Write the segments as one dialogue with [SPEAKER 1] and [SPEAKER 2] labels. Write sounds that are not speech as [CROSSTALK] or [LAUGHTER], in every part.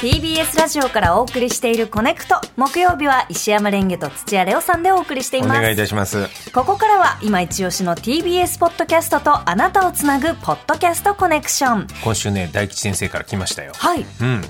[SPEAKER 1] TBS ラジオからお送りしている「コネクト」木曜日は石山レンゲと土屋レオさんでお送りしてい
[SPEAKER 2] お
[SPEAKER 1] ます
[SPEAKER 2] 願いいたします。
[SPEAKER 1] ここからは今一押しの TBS ポッドキャストとあなたをつなぐ「ポッドキャストコネクション
[SPEAKER 2] 今週ね、大吉先生から来ましたよ」。
[SPEAKER 1] はい
[SPEAKER 2] うん。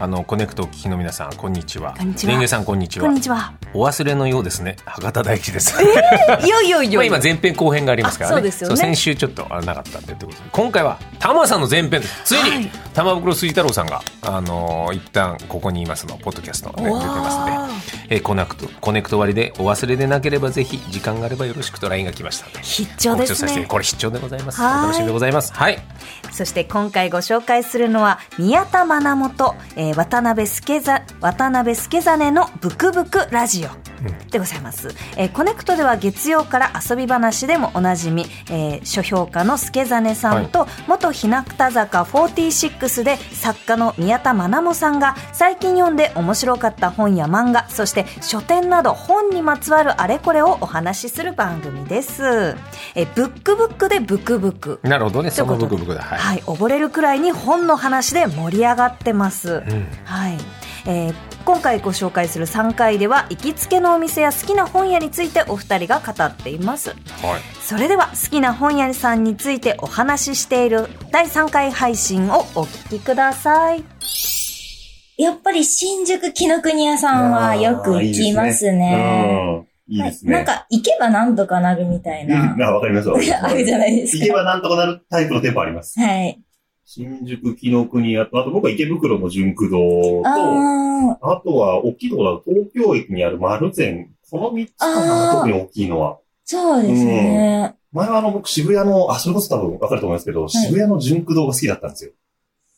[SPEAKER 2] あの、コネクトをお聞きの皆さん、こんにちは。
[SPEAKER 1] こんにちは
[SPEAKER 2] レンゲさん、こんにちは。
[SPEAKER 1] こんにちは
[SPEAKER 2] お忘れのようですね。博多大吉です。
[SPEAKER 1] いよいよい
[SPEAKER 2] ま
[SPEAKER 1] よ
[SPEAKER 2] あ [LAUGHS]
[SPEAKER 1] い
[SPEAKER 2] 今
[SPEAKER 1] よ
[SPEAKER 2] 前編後編がありますからね
[SPEAKER 1] あそうですよね
[SPEAKER 2] 先週ちょっとあれなかったんでってことで今回は玉さんの前編ですつい
[SPEAKER 1] は
[SPEAKER 2] に
[SPEAKER 1] い
[SPEAKER 2] 玉袋筋太郎さんが、あのー一旦ここにいますのポッドキャストで出て
[SPEAKER 1] おー
[SPEAKER 2] ますんで、えー、コネクトコネクト割でお忘れでなければぜひ時間があればよろしくと LINE が来ましたんで
[SPEAKER 1] 必聴で
[SPEAKER 2] 告知
[SPEAKER 1] すね
[SPEAKER 2] をさせてこれ必聴でございますお
[SPEAKER 1] はい
[SPEAKER 2] 楽しみでございますはい
[SPEAKER 1] そして今回ご紹介するのは宮田学元、えー渡辺助ざ渡辺助真の「ブクブクラジオ」でございます、えーコネクトでは月曜から遊び話でもおなじみ、えー書評家の助真さんと、元日向坂46で作家の宮田学さんが最近読んで面白かった本や漫画そして書店など本にまつわるあれこれをお話しする番組です、えーブックブックでブクブク
[SPEAKER 2] なるほどね
[SPEAKER 1] とい
[SPEAKER 2] そう
[SPEAKER 1] こ
[SPEAKER 2] の
[SPEAKER 1] と
[SPEAKER 2] ブクブクだはい、
[SPEAKER 1] はい、溺れるくらいに本の話で盛り上がってます。
[SPEAKER 2] ん
[SPEAKER 1] はい、えー今回ご紹介する3回では行きつけのお店や好きな本屋についてお二人が語っています
[SPEAKER 2] はい
[SPEAKER 1] それでは好きな本屋さんについてお話ししている第3回配信をお聞きください
[SPEAKER 3] やっぱり新宿紀ノ国屋さんはよく行きますね。
[SPEAKER 4] うんいいです
[SPEAKER 3] なん
[SPEAKER 4] ね。
[SPEAKER 3] か行けばなんとかなるみたいな
[SPEAKER 4] うん。 [LAUGHS] あわかりますわかりま
[SPEAKER 3] [LAUGHS]
[SPEAKER 4] す。
[SPEAKER 3] あるじゃないです
[SPEAKER 4] 行け
[SPEAKER 3] か。
[SPEAKER 4] ばなんとかなるタイプの店舗あります。
[SPEAKER 3] はい。
[SPEAKER 4] 新宿、紀ノ国屋と、あと僕は池袋の純駆堂と、あ
[SPEAKER 3] あ
[SPEAKER 4] とは大きいところだと東京駅にある丸善。この3つか
[SPEAKER 3] あー
[SPEAKER 4] な、特に大きいのは。
[SPEAKER 3] ー、そうですね。
[SPEAKER 4] 前はあの僕渋谷の、あ、それこそ多分わかると思いますけど、渋谷の純駆堂が好きだったんですよ。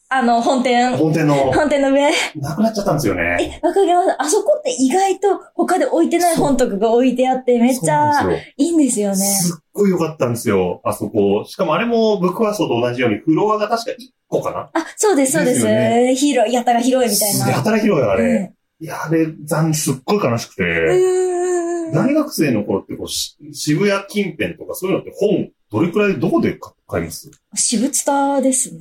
[SPEAKER 3] あの、本店。
[SPEAKER 4] 本店の、
[SPEAKER 3] 本店の上。
[SPEAKER 4] なくなっちゃったんですよね。
[SPEAKER 3] え、わかります。あそこって意外と他で置いてない本とかが置いてあって、めっち
[SPEAKER 4] そう
[SPEAKER 3] ゃ
[SPEAKER 4] なんですよ
[SPEAKER 3] いいんですよね。
[SPEAKER 4] すっごい良かったんですよ、あそこ。しかもあれもブックファーストと同じようにフロアが確か1個かな
[SPEAKER 3] あ、そうです、そうで
[SPEAKER 4] です
[SPEAKER 3] す。
[SPEAKER 4] よね
[SPEAKER 3] 広い、やたら広いみたいな。
[SPEAKER 4] 働きろよ、あれ。
[SPEAKER 3] うん
[SPEAKER 4] いや、あれ、残すっごい悲しくて。
[SPEAKER 3] うーん
[SPEAKER 4] 大学生の頃ってこうし、渋谷近辺とかそういうのって本、どれくらいどこで買買います
[SPEAKER 3] 渋ツタですね。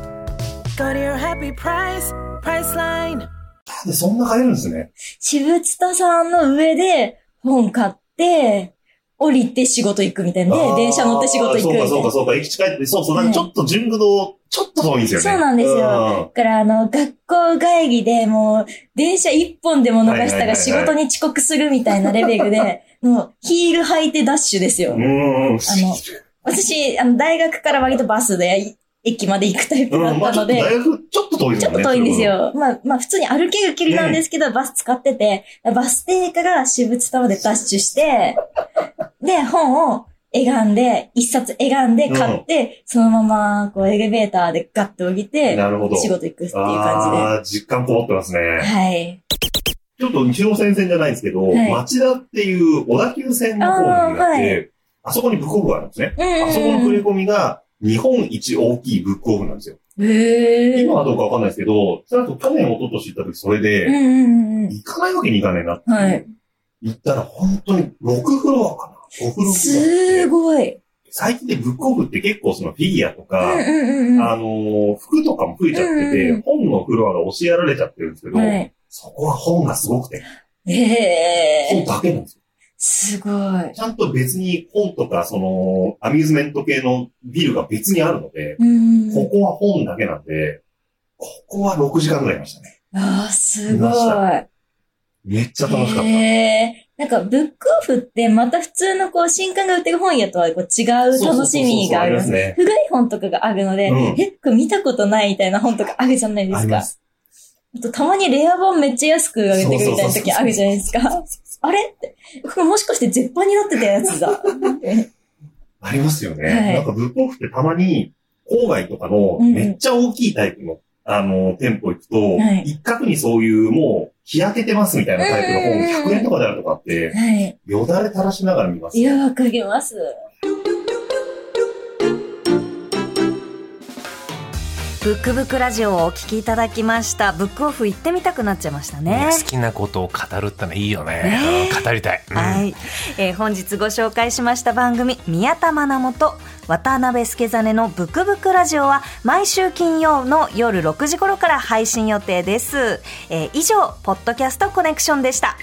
[SPEAKER 5] Go to your happy price, price line.
[SPEAKER 4] ーでそんな買えるんですね。
[SPEAKER 3] 渋津田さんの上で本買って、降りて仕事行くみたいな
[SPEAKER 4] あ
[SPEAKER 3] で、
[SPEAKER 4] ー
[SPEAKER 3] 電車乗って仕事行く
[SPEAKER 4] そ
[SPEAKER 3] み
[SPEAKER 4] う
[SPEAKER 3] た
[SPEAKER 4] か、そ
[SPEAKER 3] いう
[SPEAKER 4] か、
[SPEAKER 3] な。
[SPEAKER 4] そうか。駅近いって、そうそう、な
[SPEAKER 3] う
[SPEAKER 4] んか
[SPEAKER 3] ん
[SPEAKER 4] ちょっと純駆動、ちょっと遠いんですよね。
[SPEAKER 3] そうなんです
[SPEAKER 4] うん
[SPEAKER 3] よ。だから、あの、学校帰りでもう、電車一本でも逃したら仕事に遅刻するみたいなレベルで、もう、ヒール履いてダッシュですよ
[SPEAKER 4] う。ん。うん。
[SPEAKER 3] 私、あの、大学から割とバスで駅まで行くタイプだ
[SPEAKER 4] う
[SPEAKER 3] っ
[SPEAKER 4] んまあ
[SPEAKER 3] たの
[SPEAKER 4] ちょっと
[SPEAKER 3] で、
[SPEAKER 4] 大学、ちょっと遠いです
[SPEAKER 3] ちょ
[SPEAKER 4] よ
[SPEAKER 3] っ
[SPEAKER 4] ね。
[SPEAKER 3] と遠いんです
[SPEAKER 4] それこ
[SPEAKER 3] よ。まあ、まあ、普通に歩ける距離なんですけど、バス使ってて、バス停から私物タワーでダッシュして、で、本を選んで、一冊選んで買って、そのまま、こう、エレベーターでガッと降りて、
[SPEAKER 4] なるほど
[SPEAKER 3] 仕事行くっていう
[SPEAKER 4] そ
[SPEAKER 3] 感
[SPEAKER 4] あー、実感こもってますね。
[SPEAKER 3] じで。はい。
[SPEAKER 4] ちょっと西尾線線じゃないんですけど、
[SPEAKER 3] はい
[SPEAKER 4] 町田っていう小田急線の方にあ
[SPEAKER 3] あーは
[SPEAKER 4] っ
[SPEAKER 3] い
[SPEAKER 4] て、あそこにブックオフがあるんですね。
[SPEAKER 3] うんうんうん
[SPEAKER 4] あそこの触れ込みが日本一大きいブックオフなんですよ。
[SPEAKER 3] へ
[SPEAKER 4] 今はどうかわかんないですけど、それだと去年一昨年行った時それ
[SPEAKER 3] うん
[SPEAKER 4] で、
[SPEAKER 3] うんうん
[SPEAKER 4] 行かないわけにいかないなっていう。
[SPEAKER 3] はい
[SPEAKER 4] 行ったら本当に6フロアかな ?5 フ
[SPEAKER 3] う
[SPEAKER 4] ロアぐ
[SPEAKER 3] ん。
[SPEAKER 4] らいあって
[SPEAKER 3] すごい。
[SPEAKER 4] 最近でブックオフって結構そのフィギュアと
[SPEAKER 3] うん
[SPEAKER 4] か、
[SPEAKER 3] うんうんうん。
[SPEAKER 4] あのー服とかも増えちゃってて、
[SPEAKER 3] うんうん
[SPEAKER 4] 本のフロアが押しやられちゃってるんですけど、
[SPEAKER 3] はい
[SPEAKER 4] そこは本がすごくて、
[SPEAKER 3] へ
[SPEAKER 4] 本
[SPEAKER 3] え。
[SPEAKER 4] だけなんですよ
[SPEAKER 3] すごい。
[SPEAKER 4] ちゃんと別に本とか、その、アミューズメント系のビルが別にあるので、
[SPEAKER 3] うん。
[SPEAKER 4] ここは本だけなんで、ここは6時間ぐらいいましたね。
[SPEAKER 3] ああ、す
[SPEAKER 4] 見
[SPEAKER 3] ご
[SPEAKER 4] ました
[SPEAKER 3] い。
[SPEAKER 4] めっちゃ楽しかった。
[SPEAKER 3] へーなんか、ブックオフって、また普通のこう、新刊が売ってる本屋とはこう違う楽しみがありますね。
[SPEAKER 4] ね。
[SPEAKER 3] 古い本とかがあるので、
[SPEAKER 4] うん
[SPEAKER 3] え、これ見たことないみたいな本とかあるじゃないで
[SPEAKER 4] あり
[SPEAKER 3] す
[SPEAKER 4] ま
[SPEAKER 3] か。
[SPEAKER 4] す。
[SPEAKER 3] あと、たまにレア本めっちゃ安く上げてくるみたいな時あるじゃないですか。あれって、これもしかして絶版になってたやつだ。
[SPEAKER 4] ありますよね。
[SPEAKER 3] はい
[SPEAKER 4] なんかブックオフってたまに、郊外とかのめっちゃ大きいタイプの、あの、店舗行くと、
[SPEAKER 3] はい
[SPEAKER 4] 一角にそういうもう、日焼けてますみたいなタイプの本、100円とかであるとかって、
[SPEAKER 3] はい。
[SPEAKER 4] よだれ垂らしながら見ます
[SPEAKER 3] い。や、わかります。
[SPEAKER 1] ブックブックラジオをお聞きいただきました。ブックオフ行ってみたくなっちゃいましたね。
[SPEAKER 2] 好きなことを語るってのはいいよね
[SPEAKER 1] ねえ
[SPEAKER 2] うん語りたい、うん
[SPEAKER 1] はい、えー本日ご紹介しました番組「宮田まなもと渡辺助真のブクブクラジオ」は毎週金曜の夜6時頃から配信予定です、えー以上「ポッドキャストコネクション」でした。